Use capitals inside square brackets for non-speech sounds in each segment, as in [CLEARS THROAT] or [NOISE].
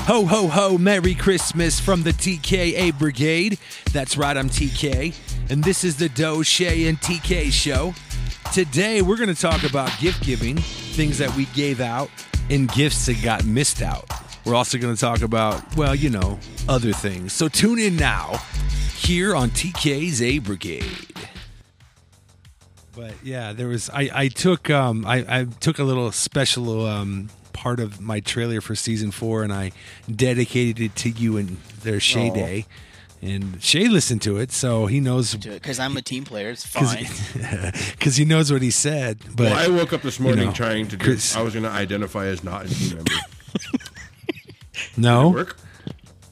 Ho, ho, ho, Merry Christmas from the TKA Brigade. That's right, I'm TK. And this is the Doche and TK show. Today, we're going to talk about gift giving, things that we gave out, and gifts that got missed out. We're also going to talk about, well, you know, other things. So tune in now here on TK's A Brigade. But yeah, there was I, I took um I, I took a little special um part of my trailer for season four and I dedicated it to you and their Shay Aw. Day. And Shay listened to it, so he knows because I'm a team player. [LAUGHS] It's fine. because he knows what he said. But Well, I woke up this morning know, trying to do. Chris- I was going to identify as not a team member. no, Work.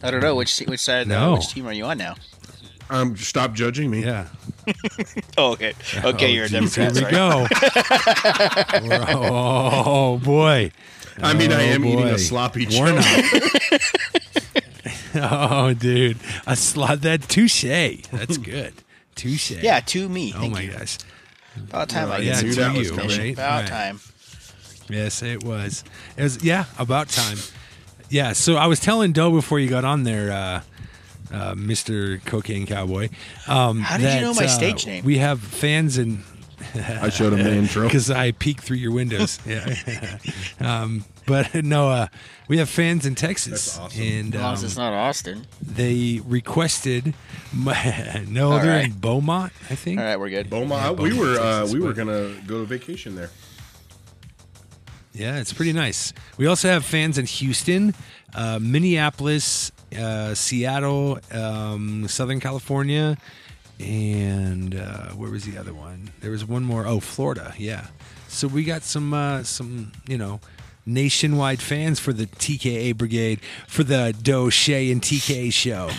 I don't know which which side. No. Uh, which team are you on now? Um, stop judging me. yeah, Oh, okay. Okay, Oh, you're a geez, Democrat. Here we sorry. go. oh boy. I mean, I Oh, am eating boy. a sloppy Warnock. joe. [LAUGHS] [LAUGHS] oh, dude, a slot that touche. [LAUGHS] That's good. Touche. Yeah, to me. Oh Thank my you. gosh. About time I yeah, get knew some that fucking was attention. coming. Right, About right. time. Yes, it was. It was yeah, about time. Yeah, so I was telling Doe before you got on there, uh, uh, Mister Cocaine Cowboy. Um, How did you that, know my uh, stage name? We have fans in I showed him the [LAUGHS] intro. because I peek through your [LAUGHS] windows. yeah, [LAUGHS] um, but [LAUGHS] no, uh, we have fans in Texas, That's awesome. and As long as um, it's not Austin. they requested. [LAUGHS] My, no, All they're in right. Beaumont, I think. All right, we're good. Beaumont. we Beaumont, were uh, Texas, we were but- gonna go to vacation there. Yeah, it's pretty nice. We also have fans in Houston, uh, Minneapolis, uh, Seattle, um, Southern California, and uh, where was the other one? There was one more. Oh, Florida. Yeah. So we got some uh, some you know nationwide fans for the TKA Brigade for the Do Shea and TKA show.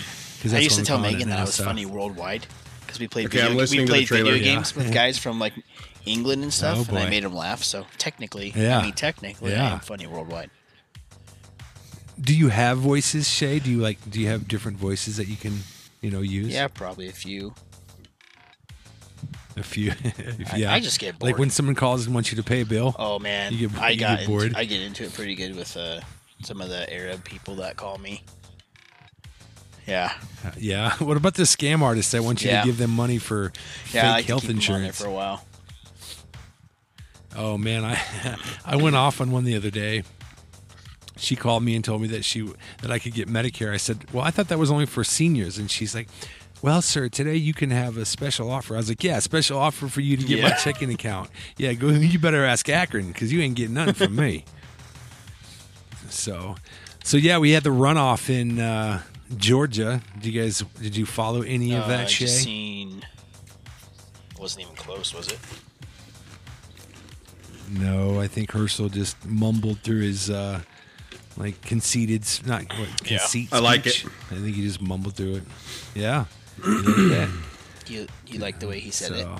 'Cause I that's used what to we tell call it Megan that now, I was so- funny worldwide because we played Okay, I'm video, listening we to the played trailer, video yeah. games with guys from like England and stuff, Oh, and I boy. made them laugh. So technically, Yeah. I mean technically, Yeah. I'm funny worldwide. Do you have voices, Shay? Do you like? Do you have different voices that you can you know use? Yeah, probably a few. If you, [LAUGHS] if, I- yeah, I just get like bored. when someone calls and wants you to pay a bill. Oh man, You get- I you got get into- bored? I get into it pretty good with uh, some of the Arab people that call me. Yeah, Yeah. [LAUGHS] What about the scam artists that want you Yeah. to give them money for yeah. I like fake to health keep 'em on there insurance? for a while. Oh man, I [LAUGHS] I went off on one the other day. She called me and told me that she that I could get Medicare. I said, "Well, I thought that was only for seniors." And she's like, "Well, sir, today you can have a special offer." I was like, "Yeah, special offer for you to get my Yeah. checking account." Yeah, go. You better ask Akron because you ain't getting nothing from me. So, so yeah, we had the runoff in uh, Georgia. Did you guys did you follow any of Uh, I that? Shay? just seen. Wasn't even close, was it? No, I think Herschel just mumbled through his uh like conceited, s- not what, Yeah, conceit. I like speech. it. I think he just mumbled through it. Yeah, You like that? You you like the way he said it? so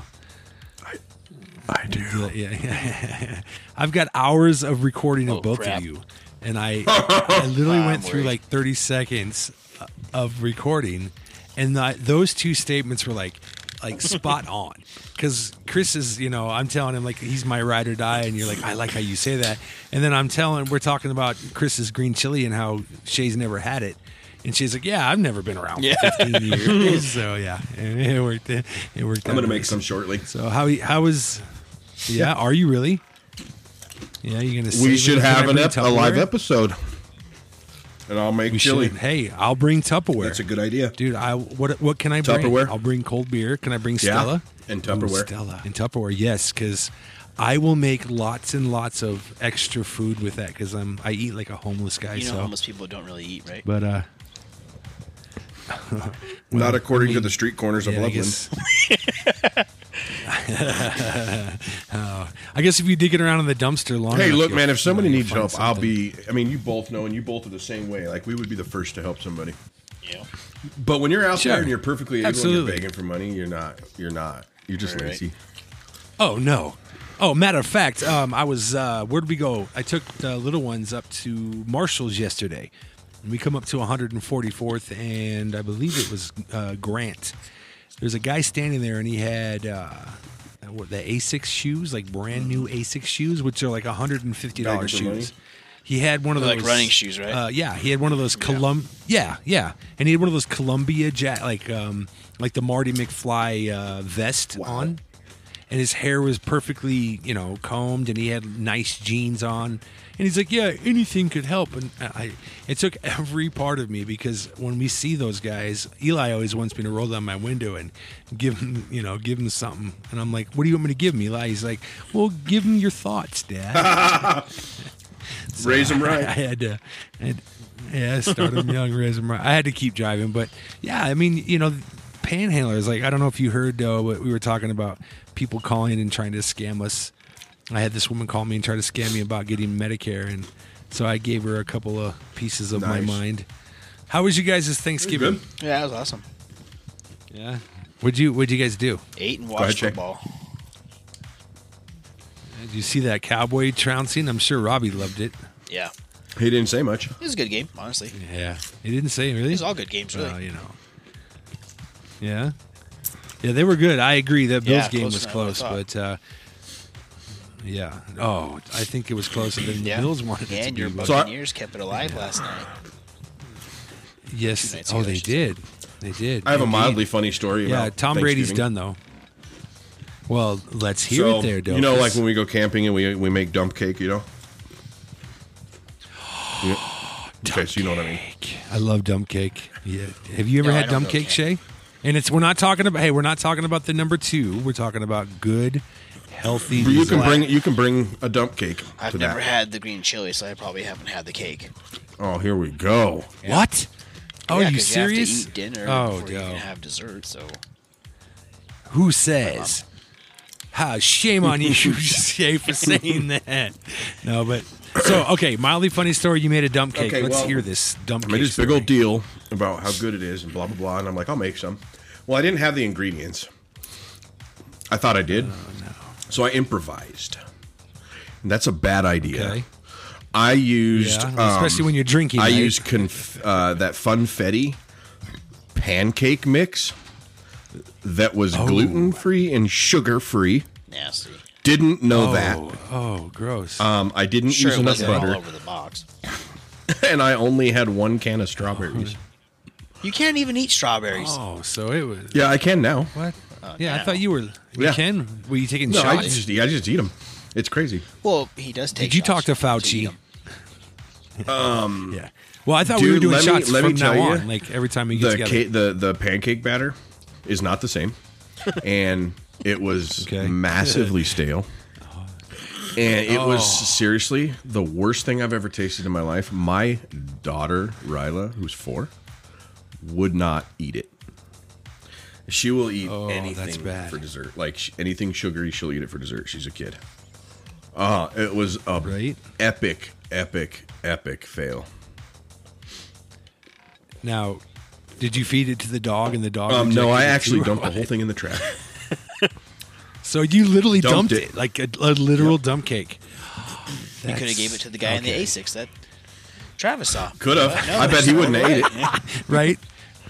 I do. [LAUGHS] yeah, yeah. I've got hours of recording Oh, of both crap. of you, and [LAUGHS] I I literally I'm went through worried. like thirty seconds uh, of recording, and I, those two statements were like [LAUGHS] like spot on because Chris is you know I'm telling him like he's my ride or die, and you're like I like how you say that, and then I'm telling we're talking about Chris's green chili and how Shay's never had it. And she's like, "Yeah, I've never been around Yeah. for 15 [LAUGHS] years, so yeah, and it worked. It worked. I'm out gonna really make some shortly. so how how is? Yeah, are you really? Yeah, you're gonna. save We it? should Can I have an bring ep- a live Tupperware? episode, and I'll make We chili. should. Hey, I'll bring Tupperware. That's a good idea. Dude, I what what can I bring? Tupperware? I'll bring cold beer. Can I bring Yeah, Stella? and Ooh, Tupperware. Stella and Tupperware. Yes, because I will make lots and lots of extra food with that because I'm I eat like a homeless guy. You know, so, homeless people don't really eat, right? but uh, Not according to the street corners of yeah, I Loveland. guess. Oh, I guess [LAUGHS] if you dig it around in the dumpster long Hey, enough, look, you'll- man. If somebody you know, needs you'll help, find I'll something. be. I mean, you both know, and you both are the same way. Like we would be the first to help somebody. Yeah. But when you're out Sure. there and you're perfectly able and Absolutely. you're begging for money, you're not. You're not. You're just Right. lazy. Oh no. Oh, matter of fact, um, I was uh, where'd we go? I took the little ones up to Marshall's yesterday, and we come up to 144th, and I believe it was uh, Grant. There's a guy standing there, and he had uh, what, the Asics shoes, like brand new Asics shoes, which are like 150 Bag dollars of the money? shoes. He had one of Like those running shoes, right? Uh, yeah, he had one of those Colum. Yeah. yeah, and he had one of those Columbia ja- like um, like the Marty McFly uh, vest on, and his hair was perfectly you know combed, and he had nice jeans on. And he's like, "Yeah, anything could help." And I, it took [LAUGHS] every part of me because when we see those guys, Eli always wants me to roll down my window and give him, you know, give him something. And I'm like, "What do you want me to give him, Eli?" He's like, "Well, give him your thoughts, Dad." Raise them uh, [LAUGHS] I [LAUGHS] right. had to, I had, yeah, start them young, raise them right. I had to keep driving, but yeah, I mean, you know, panhandlers. Like I don't know if you heard though, but we were talking about people calling and trying to scam us. I had this woman call me and try to scam me about getting Medicare, and so I gave her a couple of pieces of my Nice. mind. How was you guys' Thanksgiving? Good. Yeah, that was awesome. Yeah. What'd you What'd you guys do? Ate and ahead, watched Jake. football. Did you see that cowboy trouncing? I'm sure Robbie loved it. Yeah, He didn't say much. it was a good game. Honestly, it Yeah. He didn't say really. was all good games. Really, Well, Uh, you know. Yeah. Yeah, they were good. I agree that Bills Yeah, game closer was than I would've close, thought. but uh, yeah. Oh, I think it was closer than yeah. the Bills wanted it to and be. your but- So I- Buccaneers kept it alive last night. yes. nights Oh, ago, I they should did. They did. I have a Indeed. mildly funny story. Yeah, about Tom Brady's Thanksgiving. done though. Well, let's hear so, it there, Dope. You know, like when we go camping and we we make dump cake. You know. [GASPS] You- okay, so you know what I mean. I love dump cake. Yeah. Have you ever No, I had don't dump know cake, Shay? cake. And it's we're not talking about hey, we're not talking about the number two. We're talking about good, healthy. But you can dessert. bring you can bring a dump cake. I've to never that. had the green chili, so I probably haven't had the cake. Oh, here we go. What? Oh, Yeah, you 'cause serious? You have to eat dinner oh, before you no. can have dessert. So Who says? Ha, shame on [LAUGHS] you, [LAUGHS] Shay, for saying that. No, but so okay. Mildly funny story. You made a dump cake. Okay, Let's well, hear this dump I cake. made this big story. old deal about how good it is and blah blah blah, and I'm like, I'll make some. Well, I didn't have the ingredients. I thought I Oh, did, so I improvised. And that's a bad idea. Okay. I used, Yeah, um, especially when you're drinking. I right? used conf- uh, that funfetti pancake mix that was Oh. gluten free and sugar free. nasty. Didn't know oh, that. Oh, gross. Um, I didn't Sure, use it enough wasn't all butter, over the box. [LAUGHS] and I only had one can of strawberries. You can't even eat strawberries. oh, so it was Yeah, I can now. what? yeah, I no. thought you were. You Yeah. can. Were you taking No, I shots? just, I just eat them. It's crazy. Well, he does take. Did you talk shots to eat Fauci? 'em. Um. Yeah. Well, I thought we dude, were doing let me- shots let me from now tell you, on. Like every time we get The together. ca- the the pancake batter is not [LAUGHS] the same, and it was Okay. [LAUGHS] massively stale. And it was Oh. seriously the worst thing I've ever tasted in my life. My daughter Ryla, who's four, would not eat it. She will eat Oh, that's anything bad. for dessert, like sh- anything sugary. She'll eat it for dessert. She's a kid. Uh, it was a Right. epic, epic, epic fail. Now, did you feed it to the dog and the dog? Um, no, I rejected it actually too? dumped the whole thing in the trash. [LAUGHS] [LAUGHS] So you literally dumped, Dumped it. it. like a, a literal dump cake. You could have gave it to the guy in the Asics that Travis saw. Could have. But no, I bet he wouldn't have ate [LAUGHS] [LAUGHS] it. right?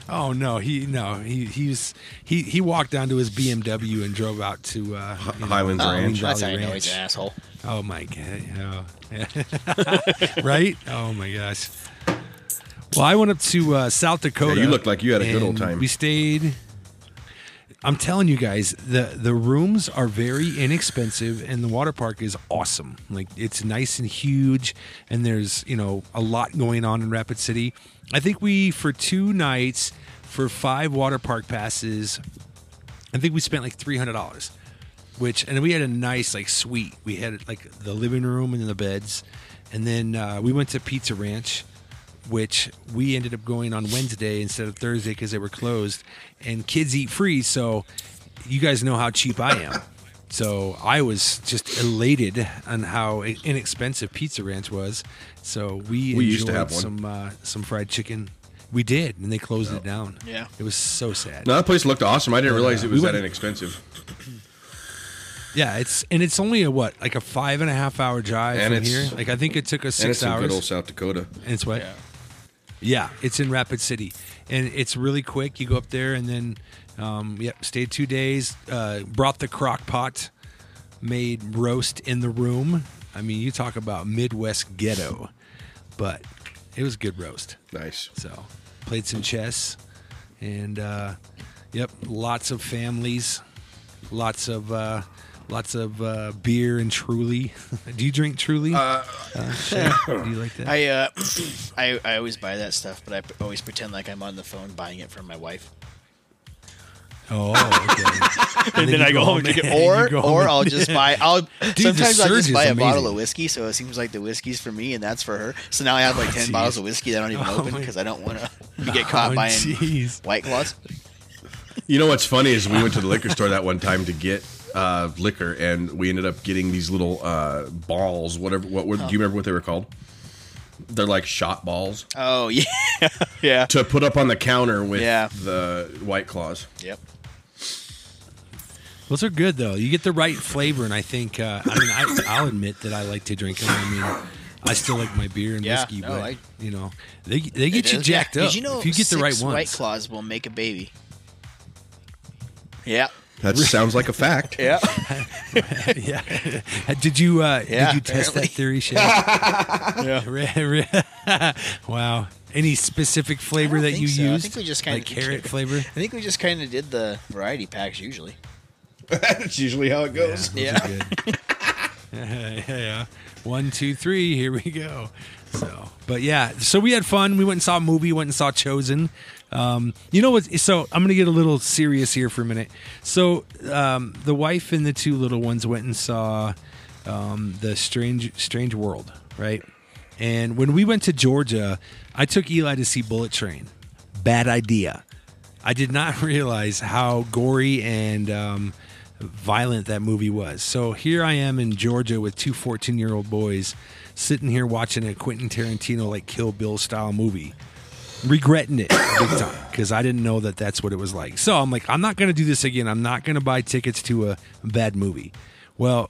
Oh no, he no he he's he he walked down to his BMW and drove out to uh, you know, Highlands Green Valley Ranch. Oh, That's how you know he's an Ranch. asshole. Oh my god! Oh. [LAUGHS] right? Oh my gosh! Well, I went up to uh, South Dakota. Yeah, you looked like you had a good old and time. We stayed. I'm telling you guys, the the rooms are very inexpensive, and the water park is awesome. Like it's nice and huge, and there's you know a lot going on in Rapid City. I think we for two nights for five water park passes I think we spent like three hundred dollars, which and we had a nice like suite. We had like the living room and the beds, and then uh, we went to Pizza Ranch, which we ended up going on Wednesday instead of Thursday because they were closed. And kids eat free, so you guys know how cheap I am. So I was just elated on how inexpensive Pizza Ranch was. So we We used to enjoyed have one. some uh, some fried chicken. We did, and they closed it down. Yeah. it was so sad. No, that place looked awesome. I didn't realize uh, it we was that went- inexpensive. Yeah, it's and it's only a what, like a five and a half hour drive And from it's- here. Like I think it took us And it's six in good old hours. South Dakota. And it's what? Yeah. Yeah, it's in Rapid City, and it's really quick. You go up there and then, um, yep, stayed two days. Uh, brought the crock pot, made roast in the room. I mean, you talk about Midwest ghetto. but it was a good roast. Nice. So played some chess, and uh, yep, lots of families, lots of uh, lots of uh, beer and Truly. [LAUGHS] Do you drink Truly? Uh, [LAUGHS] Shay, do you like that? I uh, [CLEARS THROAT] I I always buy that stuff, but I p- always pretend like I'm on the phone buying it for my wife. oh, okay. [LAUGHS] And, then, you I go home and drink it, [LAUGHS] you or go home or [LAUGHS] and- I'll just buy. [LAUGHS] I'll sometimes I'll Surge just is buy a bottle amazing. of whiskey, so it seems like the whiskey's for me and that's for her. So now I have like ten Oh, jeez. bottles of whiskey that I don't even Oh, open my- because I don't [LAUGHS] want to get caught Oh, [LAUGHS] buying jeez. white claws. You know what's funny is we went to the liquor store that one time to get uh, liquor, and we ended up getting these little uh, balls. Whatever. What were? Do you remember what they were called? They're like shot balls Oh [LAUGHS] yeah, yeah, to put up on the counter with Yeah. the white claws. yep. Those are good though. You get the right flavor, and I think uh, I mean I, I'll admit that I like to drink them. I mean, I still like my beer and Yeah, whiskey, no, but I- you know they they get It you is. jacked Yeah. up Did you know if you get the six right ones. White claws will make a baby. Yeah, That sounds like a fact. [LAUGHS] [LAUGHS] yeah. yeah. [LAUGHS] Did you uh, Yeah, did you test apparently. that theory, [LAUGHS] Shay? [LAUGHS] yeah. [LAUGHS] wow. Any specific flavor don't that think you so. I used? think we just kinda like did carrot carrot. flavor. I think we just kind of did the variety packs usually. That's usually how it goes. [LAUGHS] those are [LAUGHS] good. yeah, yeah. One, two, three. Here we go. So, but yeah. So we had fun. We went and saw a movie. Went and saw Chosen. Um, you know what? So I'm gonna get a little serious here for a minute. So um, the wife and the two little ones went and saw um, the strange, strange world, right? And when we went to Georgia, I took Eli to see Bullet Train. Bad idea. I did not [LAUGHS] realize how gory and um, violent that movie was. So here I am in Georgia with two 14 year old boys sitting here watching a Quentin Tarantino, like Kill Bill style movie, regretting it [COUGHS] big time because I didn't know that that's what it was like. So I'm like, I'm not going to do this again. I'm not going to buy tickets to a bad movie. Well,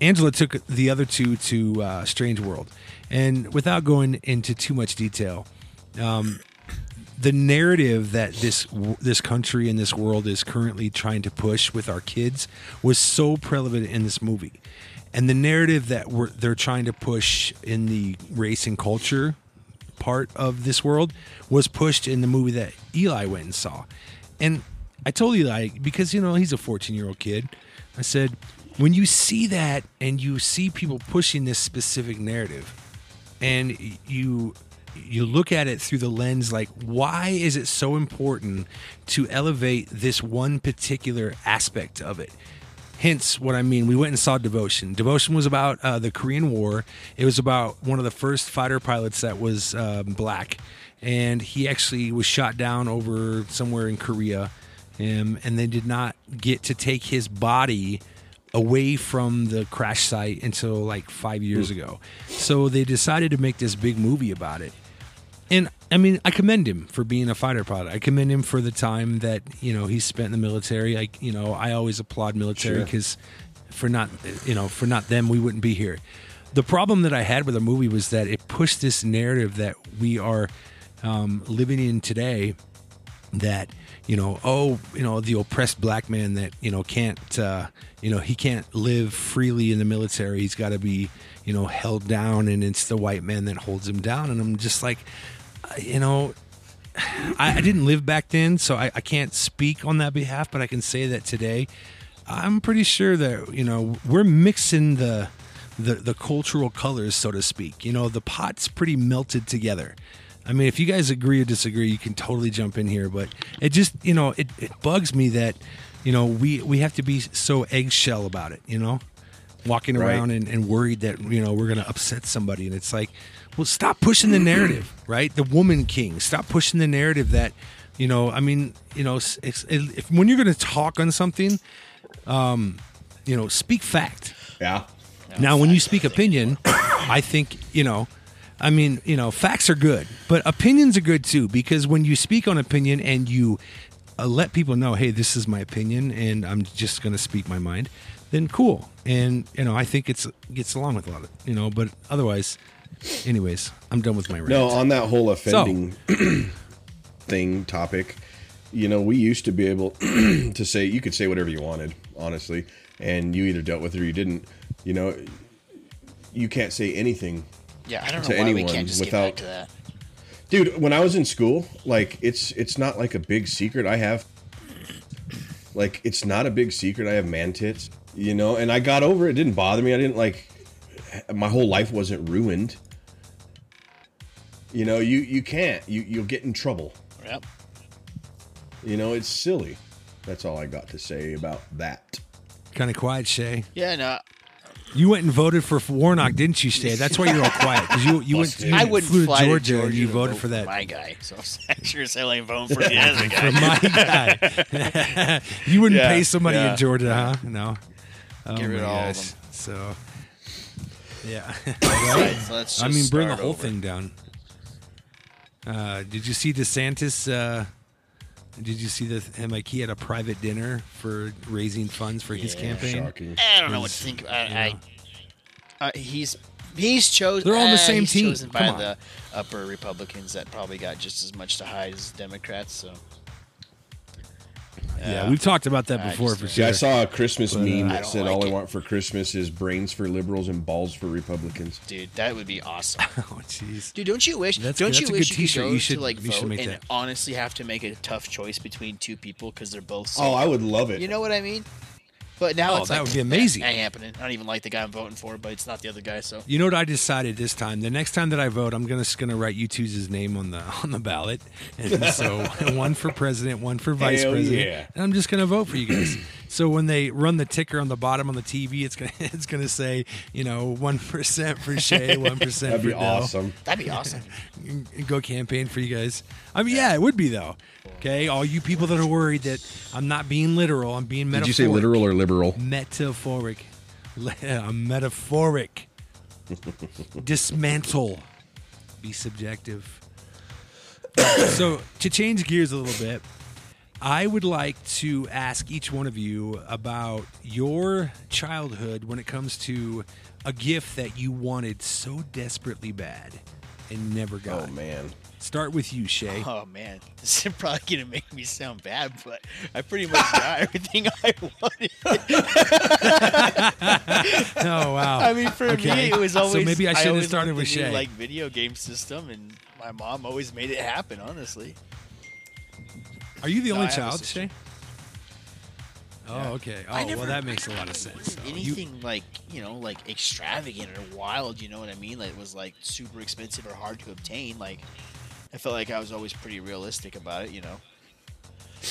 Angela took the other two to uh, Strange World. And without going into too much detail, the narrative that this this country and this world is currently trying to push with our kids was so prevalent in this movie, and the narrative that we're, they're trying to push in the race and culture part of this world was pushed in the movie that Eli went and saw, and I told Eli because you know he's a 14 year old kid, I said when you see that and you see people pushing this specific narrative and you you look at it through the lens like why is it so important to elevate this one particular aspect of it hence what i mean we went and saw devotion devotion was about uh, the korean war it was about one of the first fighter pilots that was um, black and he actually was shot down over somewhere in korea um, and they did not get to take his body away from the crash site until like five years ago. So they decided to make this big movie about it. And I mean, I commend him for being a fighter pilot. I commend him for the time that you know he spent in the military. I you know I always applaud military Sure. because for not you know for not them we wouldn't be here. The problem that I had with the movie was that it pushed this narrative that we are um, living in today that you know oh you know the oppressed black man that you know can't uh, you know he can't live freely in the military he's got to be you know held down and it's the white man that holds him down and i'm just like uh, you know I, I didn't live back then, so I, I can't speak on that behalf, but I can say that today, I'm pretty sure that you know we're mixing the the, the cultural colors, so to speak. You know, the pot's pretty melted together. I mean, if you guys agree or disagree, you can totally jump in here, but it just you know it, it bugs me that you know we we have to be so eggshell about it. You know, walking Right. around and, and worried that you know we're going to upset somebody and it's like well stop pushing the narrative [CLEARS THROAT] right the woman king stop pushing the narrative that you know i mean you know s- it's, if, when you're going to talk on something um you know speak fact Yeah. now, when you speak opinion, I think you know. I mean, you know, facts are good, but opinions are good too because when you speak on opinion and you uh, let people know, hey, this is my opinion, and I'm just going to speak my mind, then cool. And you know, I think it's gets along with a lot of you know. But otherwise, anyways, I'm done with my rant. No, on that whole offending [CLEARS THROAT] thing topic, you know, we used to be able [CLEARS THROAT] to say you could say whatever you wanted, honestly, and you either dealt with it or you didn't. You know, you can't say anything Yeah, I don't To know why anyone we can't just get back without- to that. dude when i was in school like it's it's not like a big secret i have like it's not a big secret i have man tits you know and i got over it. it didn't bother me i didn't like my whole life wasn't ruined you know you you can't you you'll get in trouble Yep. you know it's silly that's all i got to say about that Kind of quiet, Shay. Yeah, no. You went and voted for Warnock, didn't you, Shay? That's why you're all quiet because you you went you I wouldn't flew to fly Georgia, to Georgia and you to voted vote for that. my guy. So I [LAUGHS] sure as hell ain't voting [LAUGHS] for the other for guy. my guy. [LAUGHS] you wouldn't Yeah, pay somebody yeah. in Georgia, huh? No. Oh Get rid my of all of gosh. them. So, yeah. [LAUGHS] Right, so let's I just mean, bring the start whole over. thing down. Uh, did you see DeSantis? Uh, did you see the him like he had a private dinner for raising funds for his campaign? shocking I don't know what to think. I, I, uh, he's he's chosen. They're all on the uh, same he's team. Chosen by Come on. the upper Republicans that probably got just as much to hide as Democrats. So Uh, Yeah, we've talked about that I before just- for See, sure. I saw a Christmas meme I that don't said, like "All I it." want for Christmas is brains for liberals and balls for Republicans." dude, that would be awesome. [LAUGHS] oh, jeez. Dude, don't you wish? That's don't good- you that's a wish good you could t-shirt. go You should- to like you should vote make and that. honestly have to make a tough choice between two people because they're both. So, Oh, I would love it. you know what I mean? But now Oh, it's that like, would be amazing. "That Ain't happening. I don't even like the guy I'm voting for, but it's not the other guy. So You know what I decided this time? The next time that I vote, I'm gonna just gonna write you two's name on the [LAUGHS] on the ballot, and [LAUGHS] so one for president, one for vice Hell president, yeah. and I'm just gonna vote for you guys. [CLEARS THROAT] so when they run the ticker on the bottom on the TV, it's gonna [LAUGHS] it's gonna say you know one percent for [LAUGHS] Shay, one percent That'd for be Dell. awesome. that'd [LAUGHS] be awesome. and and go campaign for you guys. I mean, yeah, it would be though. Okay, all you people that are worried that I'm not being literal, I'm being metaphoric. or liberal? Metaphoric. [LAUGHS] Le- I'm [LAUGHS] metaphoric. Dismantle. Be subjective. so, to change gears a little bit, I would like to ask each one of you about your childhood when it comes to a gift that you wanted so desperately bad and never got. Oh man, [LAUGHS] Start with you, [LAUGHS] Shay. Oh man, this is probably gonna make me sound bad, but I pretty much [LAUGHS] got everything I wanted. Oh wow! I mean, for Okay. me, it was always so maybe I should have always started wanted with the new, Shay. like video game system, and my mom always made it happen. Honestly, Are you the No, only I have a child, sister. Shay? Oh, okay. Oh, I well, never- that makes a lot of sense. Wasn't So you- anything like you know, like extravagant or wild. You know what I mean? Like it was like super expensive or hard to obtain. Like I felt like I was always pretty realistic about it. You know,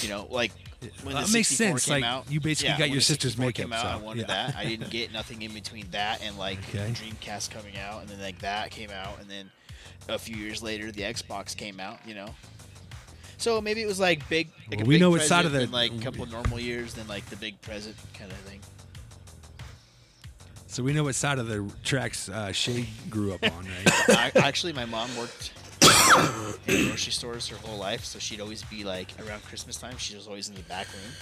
you know, like when That the uh, makes 64 sense, came like, out- you basically yeah, got when your the sister's 64 came makeup, out, so, I wanted yeah. that. [LAUGHS] I didn't get nothing in between that and like Okay. Dreamcast coming out, and then like that came out, and then a few years later the Xbox came out. You know. So maybe it was like big. Like Well, a we big know what side of present, the- then, like a couple normal years, then like the big present kind of thing. so we know what side of the tracks uh, Shay grew up on, right? [LAUGHS] I, actually, my mom worked [COUGHS] in grocery stores her whole life, so she'd always be like around Christmas time. She was always in the back room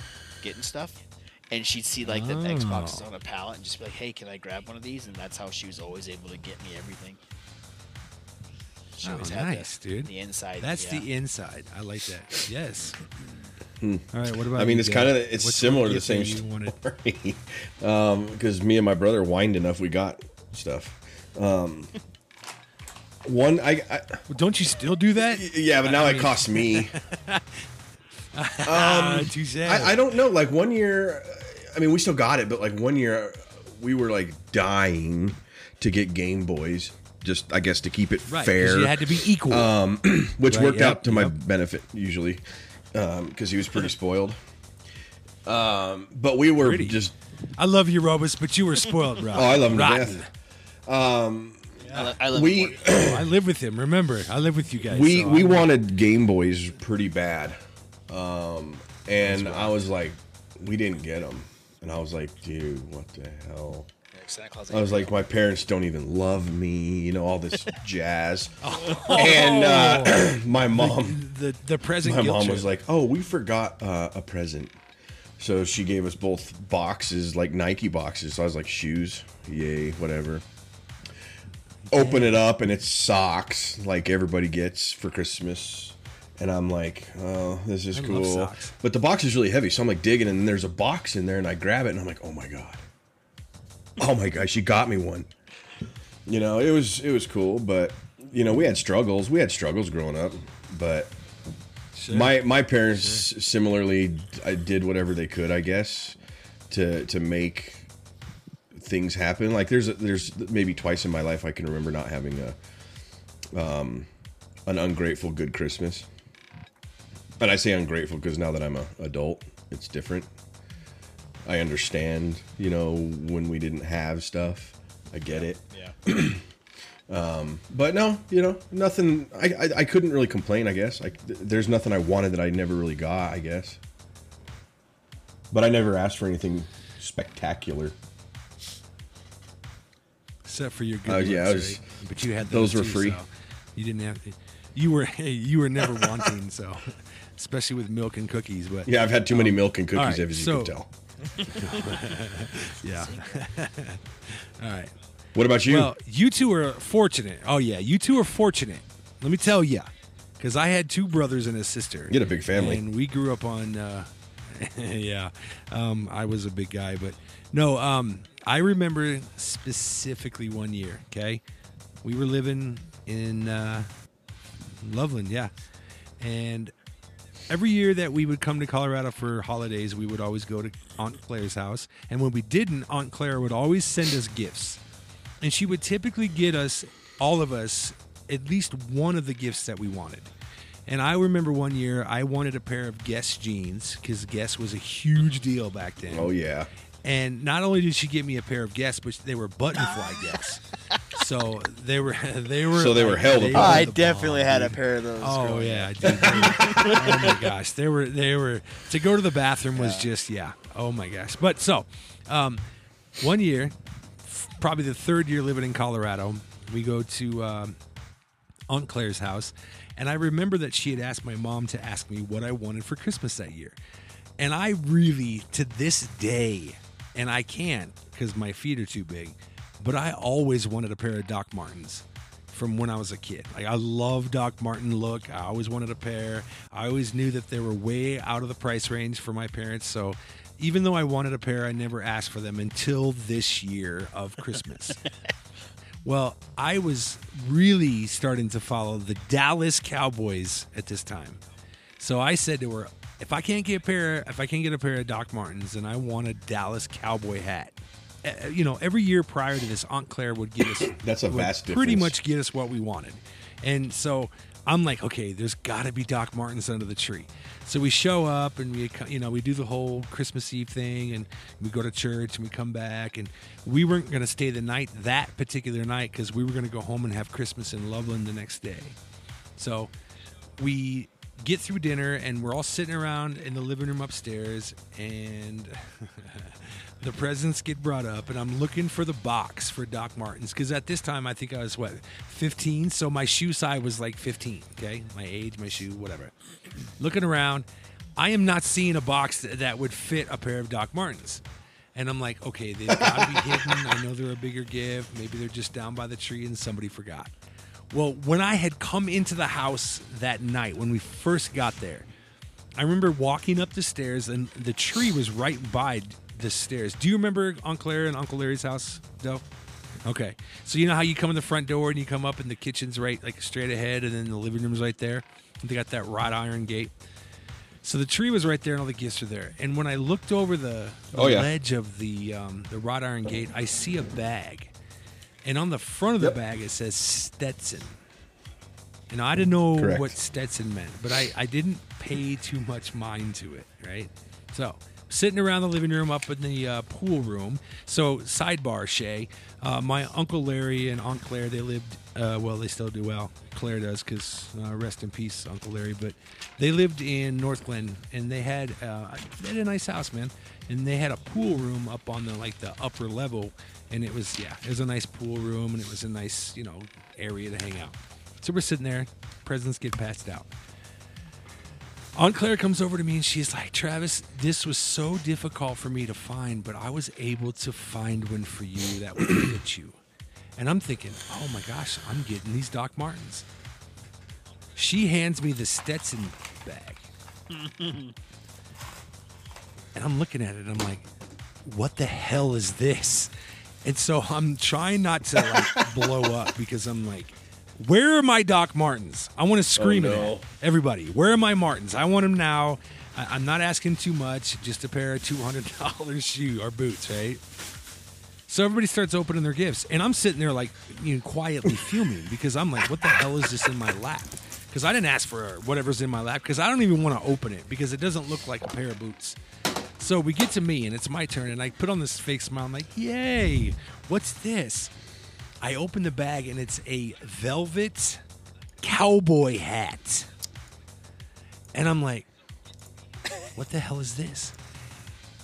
getting stuff, and she'd see like the Oh. Xboxes on a pallet and just be like, "Hey, can I grab one of these?" And that's how she was always able to get me everything. She Oh, always had the- nice, dude. The inside. That's yeah. the inside. I like that. Yes. All right. What about? Hmm. I mean, you, it's Dad? kind of it's What's similar to the gift same that You wanted? story. Because Um, me and my brother whined enough, we got stuff. Um, one, I, I Well, don't you still do [LAUGHS] that? yeah, but now it costs me. Uh, touche. Um, I, I don't know. Like one year, I mean, we still got it, but like one year, we were like dying to get Game Boys. Just I guess to keep it right, 'cause fair. Um, You had to be equal. which Right, worked yep, out to my yep. benefit usually because he was pretty spoiled um, but we were Pretty. just I love you, Robus, but you were spoiled, Rob. [LAUGHS] oh i love him to Rotten. death I, lo- I love we pork. [COUGHS] Oh, I live with him. Remember, I live with you guys. we so we I'm- wanted game boys pretty bad um, and i was like we didn't get them and i was like dude what the hell Santa Claus. i was like my parents don't even love me you know all this jazz and uh, [CLEARS THROAT] my mom the the present. my guilt mom trip. was like, "Oh, we forgot uh, a present," so she gave us both boxes, like Nike boxes. So I was like, "Shoes, yay, whatever." Open it up, and it's socks, like everybody gets for Christmas. And I'm like, "Oh, this is I love cool," socks. but the box is really heavy, so I'm like digging, and there's a box in there, and I grab it, and I'm like, "Oh my god, oh my god, she got me one." You know, it was it was cool, but you know, we had struggles. We had struggles growing up, but my my parents similarly I did whatever they could, I guess, to to make things happen. Like there's there's maybe twice in my life I can remember not having a um an ungrateful good Christmas. And I say ungrateful because now that I'm a adult, it's different. I understand, you know, when we didn't have stuff. I get it [COUGHS] Yeah. but no, you know, nothing. I, I, I couldn't really complain. I guess I, th- there's nothing I wanted that I never really got. I guess, but I never asked for anything spectacular. Except for your good Oh, yeah, looks, I was- right? But you had those were too, free. so you didn't have. You were [LAUGHS] you were never wanting. So, especially with milk and cookies. But Yeah, I've had too many milk and cookies, Oh. all right, as you so- can tell. yeah. All right. What about you? Well, you two are fortunate. Oh yeah, you two are fortunate. Let me tell you, because I had two brothers and a sister. You had a big family. and we grew up on. Uh, [LAUGHS] yeah, um, I was a big guy, but no. Um, I remember specifically one year. Okay, we were living in uh, Loveland, yeah, and every year that we would come to Colorado for holidays, we would always go to Aunt Claire's house. And when we didn't, Aunt Claire would always send us gifts. And she would typically get us, all of us, at least one of the gifts that we wanted. And I remember one year I wanted a pair of Guess jeans because Guess was a huge deal back then. oh yeah, And not only did she get me a pair of Guess, but they were button fly Guess. So they were, [LAUGHS] they were. So they were held upon. were I the definitely bomb, had dude. a pair of those. Oh growing yeah, up. dude, they were- oh my gosh, they were they were to go to the bathroom was just yeah. Oh my gosh, but so, um, one year, f- probably the third year living in Colorado, we go to um, Aunt Claire's house, and I remember that she had asked my mom to ask me what I wanted for Christmas that year, and I really to this day, and I can't because my feet are too big, but I always wanted a pair of Doc Martens from when I was a kid. Like I love Doc Martin look. I always wanted a pair. I always knew that they were way out of the price range for my parents. So even though I wanted a pair, I never asked for them until this year of Christmas. well, I was really starting to follow the Dallas Cowboys at this time. So I said to her, if I can't get a pair, if I can't get a pair of Doc Martens, and I want a Dallas Cowboy hat. Uh, You know, every year prior to this, Aunt Claire would give us [COUGHS] That's a would vast pretty difference. much get us what we wanted. And so I'm like, okay, there's got to be Doc Martens under the tree. So we show up and we, you know, we do the whole Christmas Eve thing and we go to church and we come back and we weren't going to stay the night that particular night because we were going to go home and have Christmas in Loveland the next day. So we get through dinner and we're all sitting around in the living room upstairs and [LAUGHS] the presents get brought up and I'm looking for the box for Doc Martens because at this time I think I was what 15 so my shoe size was like 15 okay my age my shoe whatever looking around I am not seeing a box th- that would fit a pair of Doc Martens and I'm like okay they've got to be hidden I know they're a bigger gift maybe they're just down by the tree and somebody forgot well, when I had come into the house that night, when we first got there, I remember walking up the stairs and the tree was right by the stairs. Do you remember Aunt Claire and Uncle Larry's house, though? Okay. So you know how you come in the front door and you come up and the kitchen's right like straight ahead and then the living room's right there? They got that wrought iron gate. So the tree was right there and all the gifts are there. And when I looked over the, the Oh, yeah. ledge of the um, the wrought iron gate, I see a bag. And on the front of the Yep. bag it says Stetson. And I didn't know Correct. what Stetson meant, but I, I didn't pay too much mind to it, right? So, sitting around the living room up in the uh, pool room. So, sidebar, Shay, uh, my Uncle Larry and Aunt Claire, they lived, uh, well, they still do well. Claire does, because uh, rest in peace, Uncle Larry. But they lived in North Glen, and they had, uh, they had a nice house, man. And they had a pool room up on the, like, the upper level. And it was, yeah, it was a nice pool room, and it was a nice, you know, area to hang out. So we're sitting there, presents get passed out. Aunt Claire comes over to me and she's like, Travis, this was so difficult for me to find, but I was able to find one for you that would [CLEARS THROAT] fit you. And I'm thinking, oh my gosh, I'm getting these Doc Martens. She hands me the Stetson bag. and I'm looking at it, I'm like, what the hell is this? And so I'm trying not to [LAUGHS] like blow up because I'm like, where are my Doc Martens? I want to scream Oh, it no. at everybody. Where are my Martens? I want them now. I- I'm not asking too much. Just a pair of two hundred dollars [LAUGHS] shoe or boots, right? So everybody starts opening their gifts, and I'm sitting there like you know, [LAUGHS] quietly fuming because I'm like, what the hell is this in my lap? Because I didn't ask for whatever's in my lap because I don't even want to open it because it doesn't look like a pair of boots. So we get to me, and it's my turn, and I put on this fake smile. I'm like, yay, what's this? I open the bag, and it's a velvet cowboy hat. And I'm like, what the hell is this?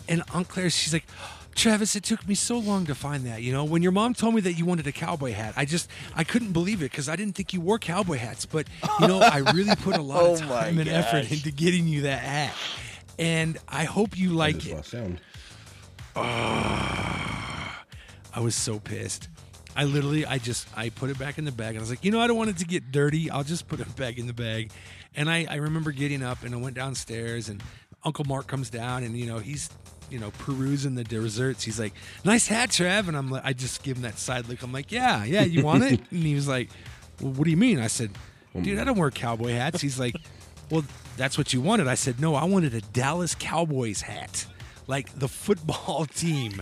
And Aunt Claire, she's like, Travis, it took me so long to find that. You know, when your mom told me that you wanted a cowboy hat, I just I couldn't believe it because I didn't think you wore cowboy hats. But you know, I really put a [LAUGHS] lot of Oh my time and effort gosh. into getting you that hat, and I hope you like Just it. lost sound. I was so pissed. I literally, I just, I put it back in the bag, and I was like, you know, I don't want it to get dirty. I'll just put it [LAUGHS] back in the bag. And I, I remember getting up, and I went downstairs, and Uncle Mark comes down, and you know, he's, you know, perusing the desserts. He's like, "Nice hat, Trav," and I'm like, I just give him that side look. I'm like, "Yeah, yeah, you want it?" and he was like, well, "What do you mean?" I said, "Dude, I don't wear cowboy hats." He's like, "Well, that's what you wanted." I said, "No, I wanted a Dallas Cowboys hat." like the football [LAUGHS] team,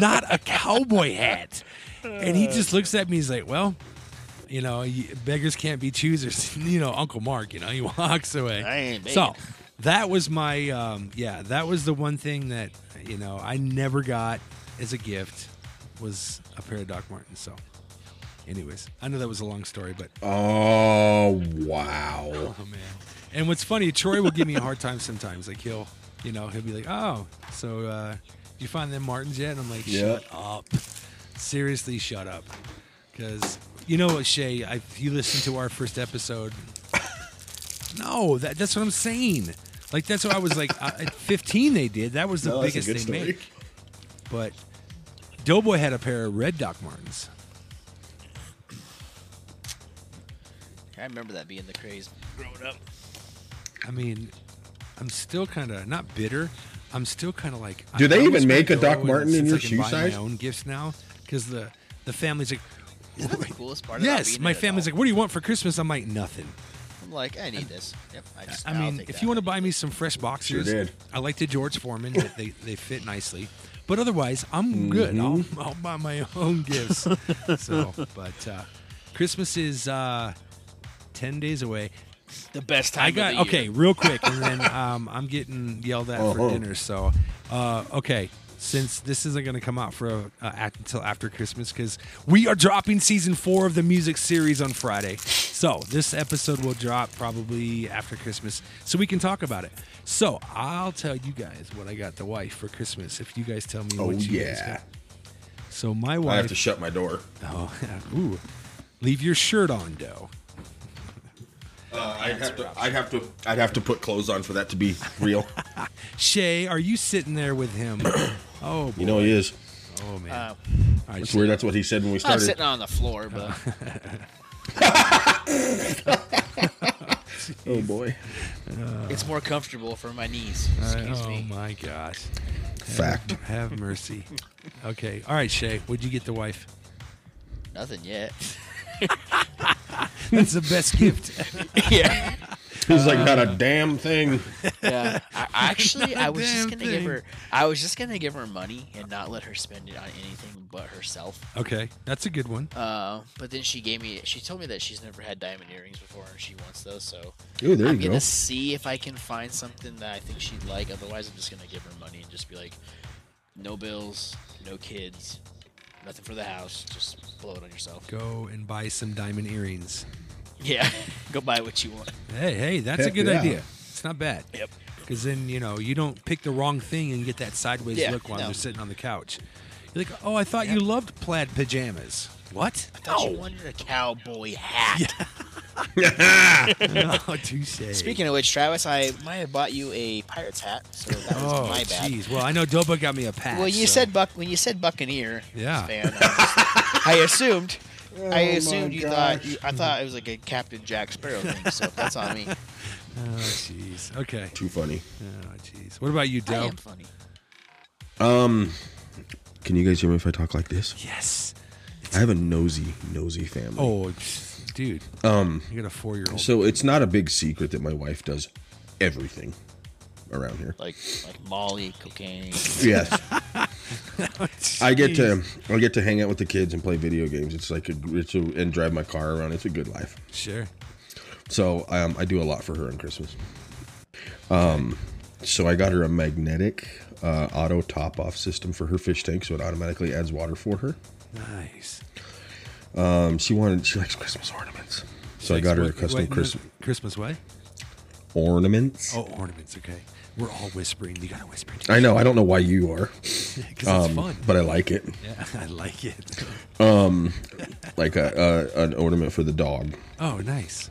not a cowboy hat. And he just looks at me. He's like, "Well, you know, you- beggars can't be choosers." [LAUGHS] you know, Uncle Mark. You know, he [LAUGHS] walks away. I ain't so begging. that was my um, yeah. That was the one thing that you know I never got as a gift was a pair of Doc Martens. So, anyways, I know that was a long story, but Oh [LAUGHS] wow! Oh man. And what's funny, Troy will give me a hard time sometimes. Like he'll, you know, he'll be like, "Oh, so uh, you find them Martins yet?" And I'm like, Yeah. "Shut up, seriously, shut up," because you know what, Shay, I, if you listen to our first episode, no, that, that's what I'm saying. Like that's what I was like I, at 15. They did that was the No, that's a biggest good they story. made. But Doughboy had a pair of red Doc Martens. I remember that being the craze growing up. I mean, I'm still kind of not bitter. I'm still kind of like. Do I- they I even almost make a go Doc and Marten since in your I can shoe buy size? My own gifts now because the the family's like. Isn't that the coolest part? about Yes, being my an family's like, adult? "What do you want for Christmas?" I'm like, "Nothing." I'm like, I need this. Yep. I, just, I I'll mean, take if that. you want to buy me some fresh boxers, did. I like the George Foreman; that they they fit nicely. But otherwise, Mm-hmm. I'm good. I'll, I'll buy my [LAUGHS] own gifts. so, but uh, Christmas is uh, ten days away. the best time. I of got the okay, year. real [LAUGHS] quick, and then um, I'm getting yelled at for Uh-huh. dinner. So, uh, okay, since this isn't going to come out for uh, act- until after Christmas, because we are dropping season four of the music series on Friday. So this episode will drop probably after Christmas, so we can talk about it. So I'll tell you guys what I got the wife for Christmas. If you guys tell me Oh what you guys yeah! got. So my I have wife, to shut my door. [LAUGHS] oh, ooh, leave your shirt on, dough. Uh, I'd have to. I'd have to. I'd have to put clothes on for that to be real. [LAUGHS] Shay, are you sitting there with [COUGHS] him? Oh, boy. you know he is. oh man. Uh, All right, It's Shay. weird. That's what he said when we I'm started. sitting on the floor, but oh boy! it's more comfortable for my knees. Excuse oh me. my gosh. Fact. Have [LAUGHS] mercy. Okay. All right, Shay. What'd you get the wife? Nothing yet. [LAUGHS] That's the [LAUGHS] best gift. yeah. He's like not a damn thing. Yeah. I, actually, I was just Damn gonna give thing. her. I was just gonna give her money and not let her spend it on anything but herself. Okay, that's a good one. Uh, but then she gave me. She told me that she's never had diamond earrings before, and she wants those. So Ooh, there I'm you gonna go. see if I can find something that I think she'd like. Otherwise, I'm just gonna give her money and just be like, no bills, no kids, nothing for the house. Just blow it on yourself. Go and buy some diamond earrings. Yeah, [LAUGHS] go buy what you want. Hey, hey, that's a Heck good yeah. idea. It's not bad. Yep. Because then you know you don't pick the wrong thing and get that sideways Yeah, look while no. they're sitting on the couch. You're like, oh, I thought Yeah. you loved plaid pajamas. What? I [LAUGHS] thought you wanted a cowboy hat. oh, [LAUGHS] touche. Speaking of which, Travis, I might have bought you a pirate's hat, so that was oh, my bad. jeez. Well, I know Doba got me a patch. Well, you so- said buck when you said Buccaneer. Yeah. Fan, I, [LAUGHS] was- I assumed. I Oh, assumed my you gosh. thought you, I thought it was like a Captain Jack Sparrow thing. So that's [LAUGHS] on me. Oh, jeez. Okay. Too funny. Oh, jeez. What about you, I Um, Doe? am funny. Can you guys hear me if I talk like this? Yes. I have a nosy, nosy family. Oh, it's- dude. Um, you got a four year old. So it's not a big secret that my wife does everything [LAUGHS] around here. Like like Molly, cocaine. Yes. I get to I get to hang out with the kids and play video games. It's like a, it's a, and drive my car around. It's a good life. sure. So um, I do a lot for her on Christmas. Um, so I got her a magnetic uh, auto top off system for her fish tank, so it automatically adds water for her. Nice. Um, she wanted she likes Christmas ornaments, so I Thanks. got her a What- custom what- Christmas Christmas what? ornaments. Oh, ornaments. Okay. We're all whispering. You gotta whisper too. [LAUGHS] I know. I don't know why you are, because it's um, fun. but I like it. yeah, [LAUGHS] I like it. Like a, a, an ornament for the dog. Oh, nice.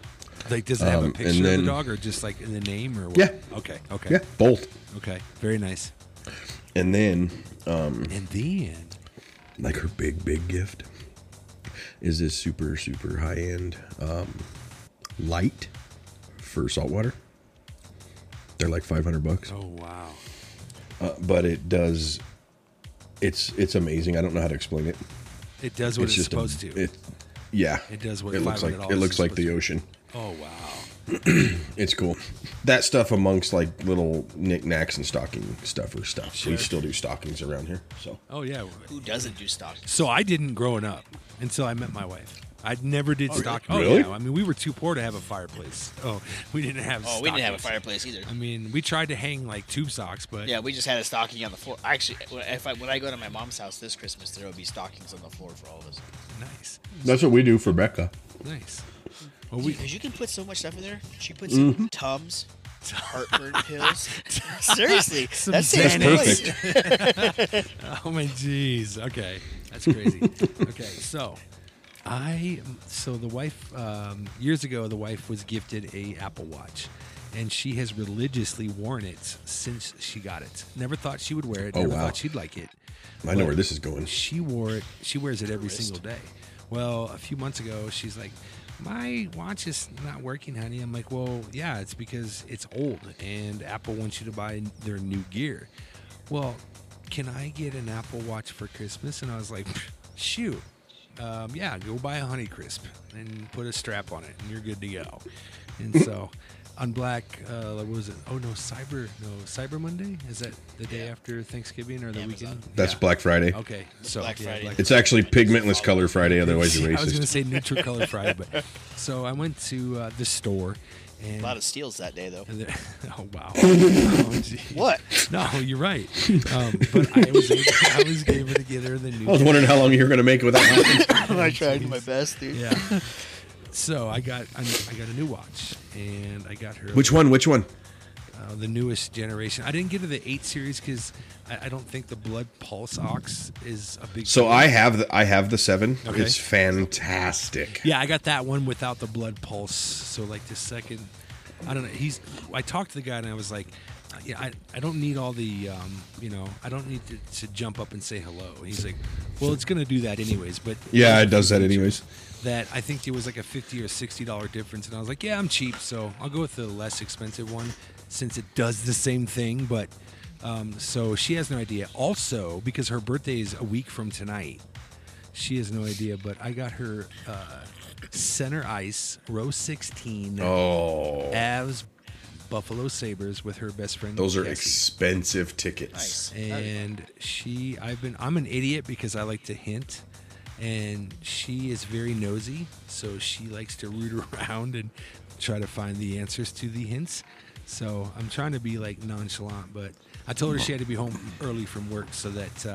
Like, does it have a Um, picture and of then- the dog, or just like the name, or what? Yeah. Okay. Okay. Yeah, both. Okay. Very nice. And then, Mm. And then, like her big big gift is this super super high end um, light for saltwater. They're like five hundred bucks, oh wow, uh, but it does. It's it's amazing. I don't know how to explain it. it does what it's, just a- supposed to. It, yeah, It does what it looks like. $500 It is looks like supposed the to. ocean. oh wow. It's cool. That stuff amongst like little knickknacks and stocking stuffer stuff. We Sure. still do stockings around here. So Oh yeah. Who doesn't do stockings? So I didn't growing up until I met my wife. I never did stock. Really? Oh yeah. I mean, we were too poor to have a fireplace. [LAUGHS] Oh, we didn't have. Oh, we didn't have a stockings. fireplace either. I mean, we tried to hang like tube socks, but Yeah, we just had a stocking on the floor. Actually, when- if I, when I go to my mom's house this Christmas, there will be stockings on the floor for all of us. nice, that's what we do for Becca. nice. Well, we Mm-hmm. Because you can put so much stuff in there. She puts in [LAUGHS] Tums, heartburn pills. Seriously, Some that's Xanax. it. That's Oh my jeez. Okay, that's [LAUGHS] crazy. okay, so I so the wife um, years ago the wife was gifted a Apple Watch, and she has religiously worn it since she got it. Never thought she would wear it. Oh, never wow. thought she'd like it. I know where this is going. She wore it. She wears it every single day. Well, a few months ago, she's like, "My watch is not working, honey." I'm like, "Well, yeah, it's because it's old, and Apple wants you to buy their new gear." Well, can I get an Apple Watch for Christmas? And I was like, "Shoot." Um, yeah, go buy a Honeycrisp and put a strap on it, and you're good to go. And so, on Black, uh, what was it? Oh no, Cyber, no Cyber Monday. Is that the day after Thanksgiving or the Amazon. weekend? That's Yeah. Black Friday. Okay, so Black yeah, Friday. It's actually pigmentless color Friday, otherwise [LAUGHS] you're I was racist. going to say neutral color Friday, [LAUGHS] but so I went to uh, the store and. A lot of steals that day, though. [LAUGHS] and there- oh wow! [LAUGHS] Oh, geez. What? [LAUGHS] No, you're right. Um, but I was, able, I was able to get her the new. I was wondering how long you were going to make it without. laughing. I tried my best, [LAUGHS] dude. Yeah. So I got I I got a new watch, and I got her Which one? Which one? uh, the newest generation. I didn't get her the eight series because I, I don't think the blood pulse ox is a big. So deal. I have the I have the seven. Okay. It's fantastic. Yeah, I got that one without the blood pulse. So like the second, I don't know. He's. I talked to the guy and I was like, yeah, I, I don't need all the, um, you know, I don't need to, to jump up and say hello. He's like, well, it's gonna do that anyways. But Yeah, it does that anyways. That I think there was like a fifty or sixty dollar difference, and I was like, yeah, I'm cheap, so I'll go with the less expensive one since it does the same thing, but. Um, so she has no idea. Also, because her birthday is a week from tonight, she has no idea, but I got her uh, center ice, row 16, Oh, Avs Buffalo Sabres with her best friend. those are Cassie. expensive tickets. Nice. And she, I've been, I'm an idiot because I like to hint. And she is very nosy, so she likes to root [LAUGHS] around and try to find the answers to the hints. So I'm trying to be like nonchalant, but I told her she had to be home early from work so that uh,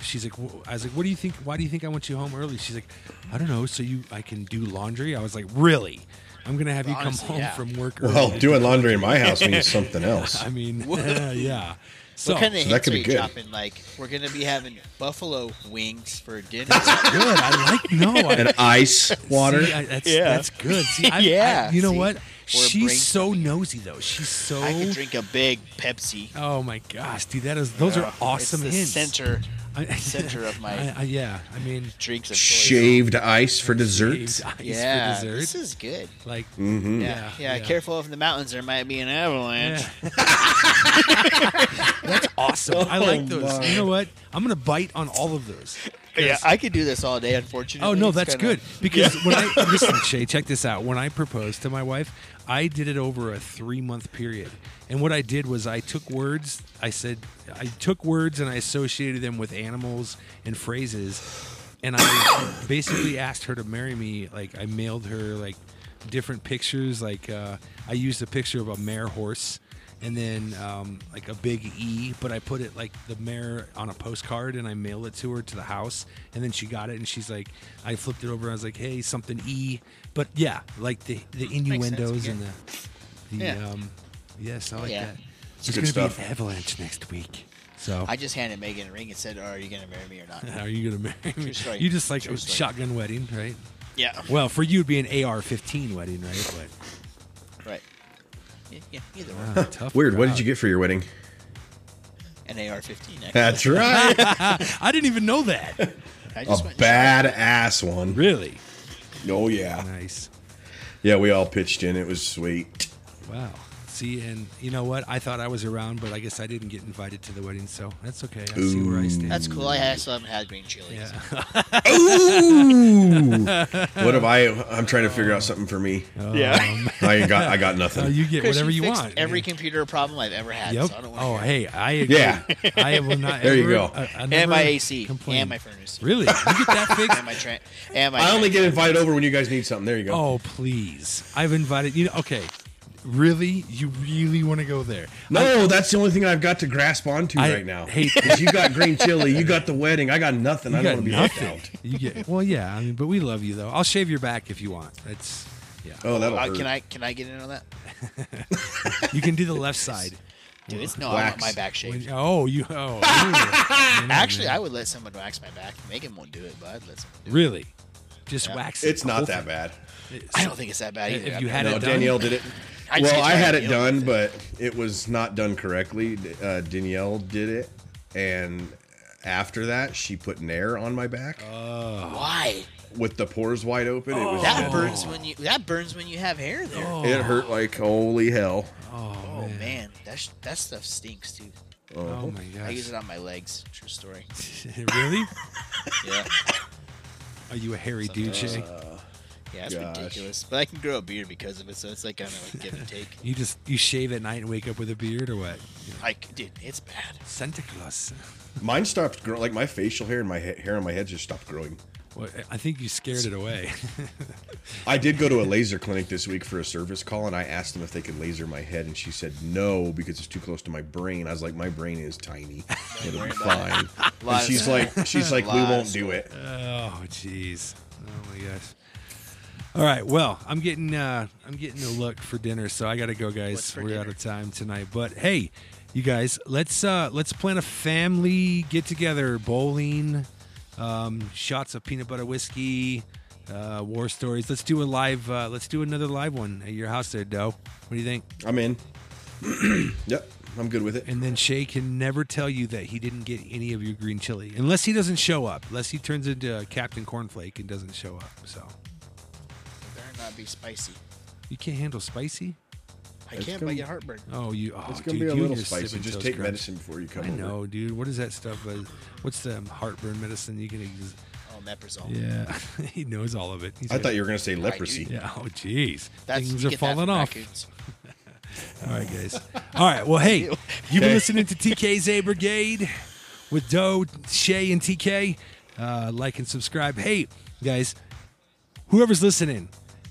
she's like, "Wh- I was like, what do you think? Why do you think I want you home early? She's like, I don't know, so you, I can do laundry. I was like, really? I'm gonna have you Honestly, come home yeah. from work. Early. Well, doing laundry [LAUGHS] in my house means something else. I [LAUGHS] mean, [LAUGHS] yeah. So what kind of so that hints could are be you good. dropping? Like, we're gonna be having buffalo wings for dinner. good. I like no. I, [LAUGHS] And ice water. [LAUGHS] See, I, that's Yeah. that's good. See, I, [LAUGHS] Yeah, I- you know see? what? Or a brain She's so stomach. nosy though. She's so. [LAUGHS] I could drink a big Pepsi. Oh my gosh, dude, that is those Yeah. are awesome it's the hints. Center I- [LAUGHS] center of my- I- I- yeah, I mean, drinks of choice. Shaved ice for dessert. shaved ice Yeah, for this dessert. is good. like, Yeah, yeah, Careful up in the mountains, there might be an avalanche. yeah. [LAUGHS] [LAUGHS] That's awesome. I like Oh, those. You know what? I'm gonna bite on all of those. But yeah, I could do this all day. Unfortunately. Oh no, It's that's kinda- good [LAUGHS] because when I listen, Shay, check this out. When I proposed to my wife, I did it over a three month period, and what I did was I took words. I said I took words and I associated them with animals and phrases, and I basically asked her to marry me. Like I mailed her like different pictures. Like uh, I used a picture of a mare horse. And then um, like a big E, but I put it like the mayor on a postcard and I mailed it to her to the house. And then she got it and she's like, I flipped it over and I was like, hey, something E. But yeah, like the, the innuendos and the, the Yeah. um, yes, I like Yeah. that. It's good There's gonna stuff. be an avalanche next week. So I just handed Megan a ring and said, "Are you gonna marry me or not?" are you gonna marry me? story. You just like True a story. shotgun wedding, right? yeah. Well, for you it'd be an AR-15 wedding, right? But, Right. Yeah, yeah either way. wow, tough Weird. What crowd. did you get for your wedding? An AR-15. Actually. [LAUGHS] That's right. I didn't even know that. I a just went. badass one. really Oh yeah. nice. Yeah, we all pitched in. It was sweet. Wow. See, and you know what? I thought I was around, but I guess I didn't get invited to the wedding, so that's okay. I see where I stand. That's cool. I ha- still haven't had green chili. yeah. [LAUGHS] Ooh. what have I? I'm trying to figure out something for me. yeah. I ain't got. I got Oh, nothing. Um, you [LAUGHS] get Chris, whatever you, fixed want. Every man. computer problem I've ever had. Yep. So I don't wanna Oh, hear it. hey, I agree. Yeah. I will not. There you ever- go. I- I never and my AC complain. and my furnace Really? You get that fixed? and my tra- and my I only get invited over when you guys need something. There you go. oh, please. I've invited you. Know, okay. Really? You really want to go there? No, that's the only thing I've got to grasp onto I right now. hate- [LAUGHS] 'Cause you got green chili, you got the wedding, I got nothing. I You don't got want to be left nothing. out. You get well, yeah. I mean, but we love you though. I'll shave your back if you want. That's yeah. Oh, that'll Uh, hurt. can I can I get in on that? You can do the left [LAUGHS] side. Dude, it's no. I want Wax. my back shaved. When- oh, you. [LAUGHS] Oh, really? Actually, I would let someone wax my back. Megan won't do it, but I'd let someone do really, just Yeah. wax. It's it. not that bad. it. I don't think it's that bad either. If you I had mean, No, it done? Danielle did it. I just well, get I had it Danielle done, but it was not done correctly. D- Uh, Danielle did it, and after that, she put Nair on my back Uh. why? with the pores wide open. It was That Oh. dead. burns when you that burns when you have hair there. Oh, It hurt like holy hell. Oh, man. man. that sh- that stuff stinks too. Oh my I [LAUGHS] use gosh. it on my legs. [LAUGHS] True story. really? Yeah, Are you a hairy dude, Shay? yeah, it's Gosh. ridiculous. But I can grow a beard because of it, so it's like kind of like give [LAUGHS] and take. You just you shave at night and wake up with a beard or what? Like, dude, it's bad. Santa Claus. Mine stopped growing. Like my facial hair and my ha- hair on my head just stopped growing. Well, I think you scared it away. [LAUGHS] I did go to a laser clinic this week for a service call, and I asked them if they could laser my head, and she said no because it's too close to my brain. I was like, my brain is tiny; it'll be fine. And Lot of she's sleep. like, she's like, we Lot of won't do it. oh, jeez. Oh my gosh. All right. Well, I'm getting uh I'm getting a look for dinner, so I gotta go, What's guys. for We're out dinner? of time tonight. But hey, you guys, let's uh let's plan a family get together, bowling, um, shots of peanut butter whiskey, uh, war stories. Let's do a live. Uh, let's do another live one at your house there, Doe. What do you think? I'm in. [CLEARS THROAT] yep, I'm good with it. And then Shay can never tell you that he didn't get any of your green chili, unless he doesn't show up. Unless he turns into Captain Cornflake and doesn't show up. So Better not be spicy. you can't handle spicy. I It's can't, gonna- but I get heartburn. Oh, you. Oh, It's gonna dude, be a you little and your spicy. sipping Just Toast take Crunch. medicine before you come I over. know, dude. What is that stuff? Uh, What's the heartburn medicine you can? Ex- Oh, Meprazole. yeah, [LAUGHS] he knows all of it. He's I got- thought you were gonna say leprosy. Yeah. Oh, jeez. That's Things you are get that falling from off. raccoons. All right, guys. All right. Well, hey, you've been Okay. listening to TK's A Brigade with Doe, Shay, and TK. Uh, like and subscribe. Hey, guys, whoever's listening,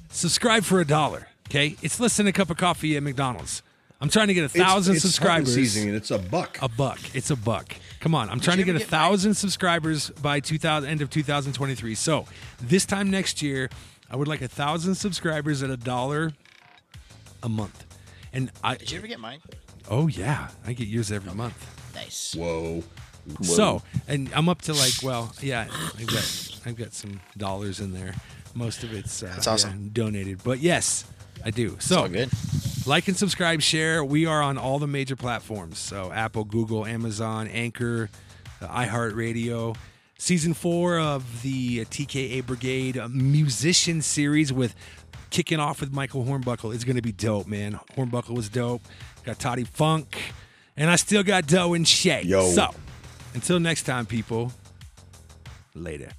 subscribe for a dollar. Okay, it's less than a cup of coffee at McDonald's. I'm trying to get a It's- thousand it's hunting subscribers. season, and it's a buck. A buck. It's a buck. Come on. I'm trying to you get ever a get my- thousand subscribers by 2000 end of 2023. So this time next year, I would like a thousand subscribers at a dollar a month. And I Did you ever get mine? oh yeah, I get yours every month. Nice. Whoa. Whoa. So and I'm up to like well yeah I've got I've got some dollars in there. Most of it's uh, That's awesome. yeah, donated. But yes, I do. So all good. like and subscribe, share. We are on all the major platforms. So Apple, Google, Amazon, Anchor, uh, iHeartRadio. Season four of the TKA Brigade uh, musician series with kicking off with Michael Hornbuckle is going to be dope, man. Hornbuckle was dope. Got Toddy Funk, and I still got Doe and Shay. Yo. So until next time, people, later.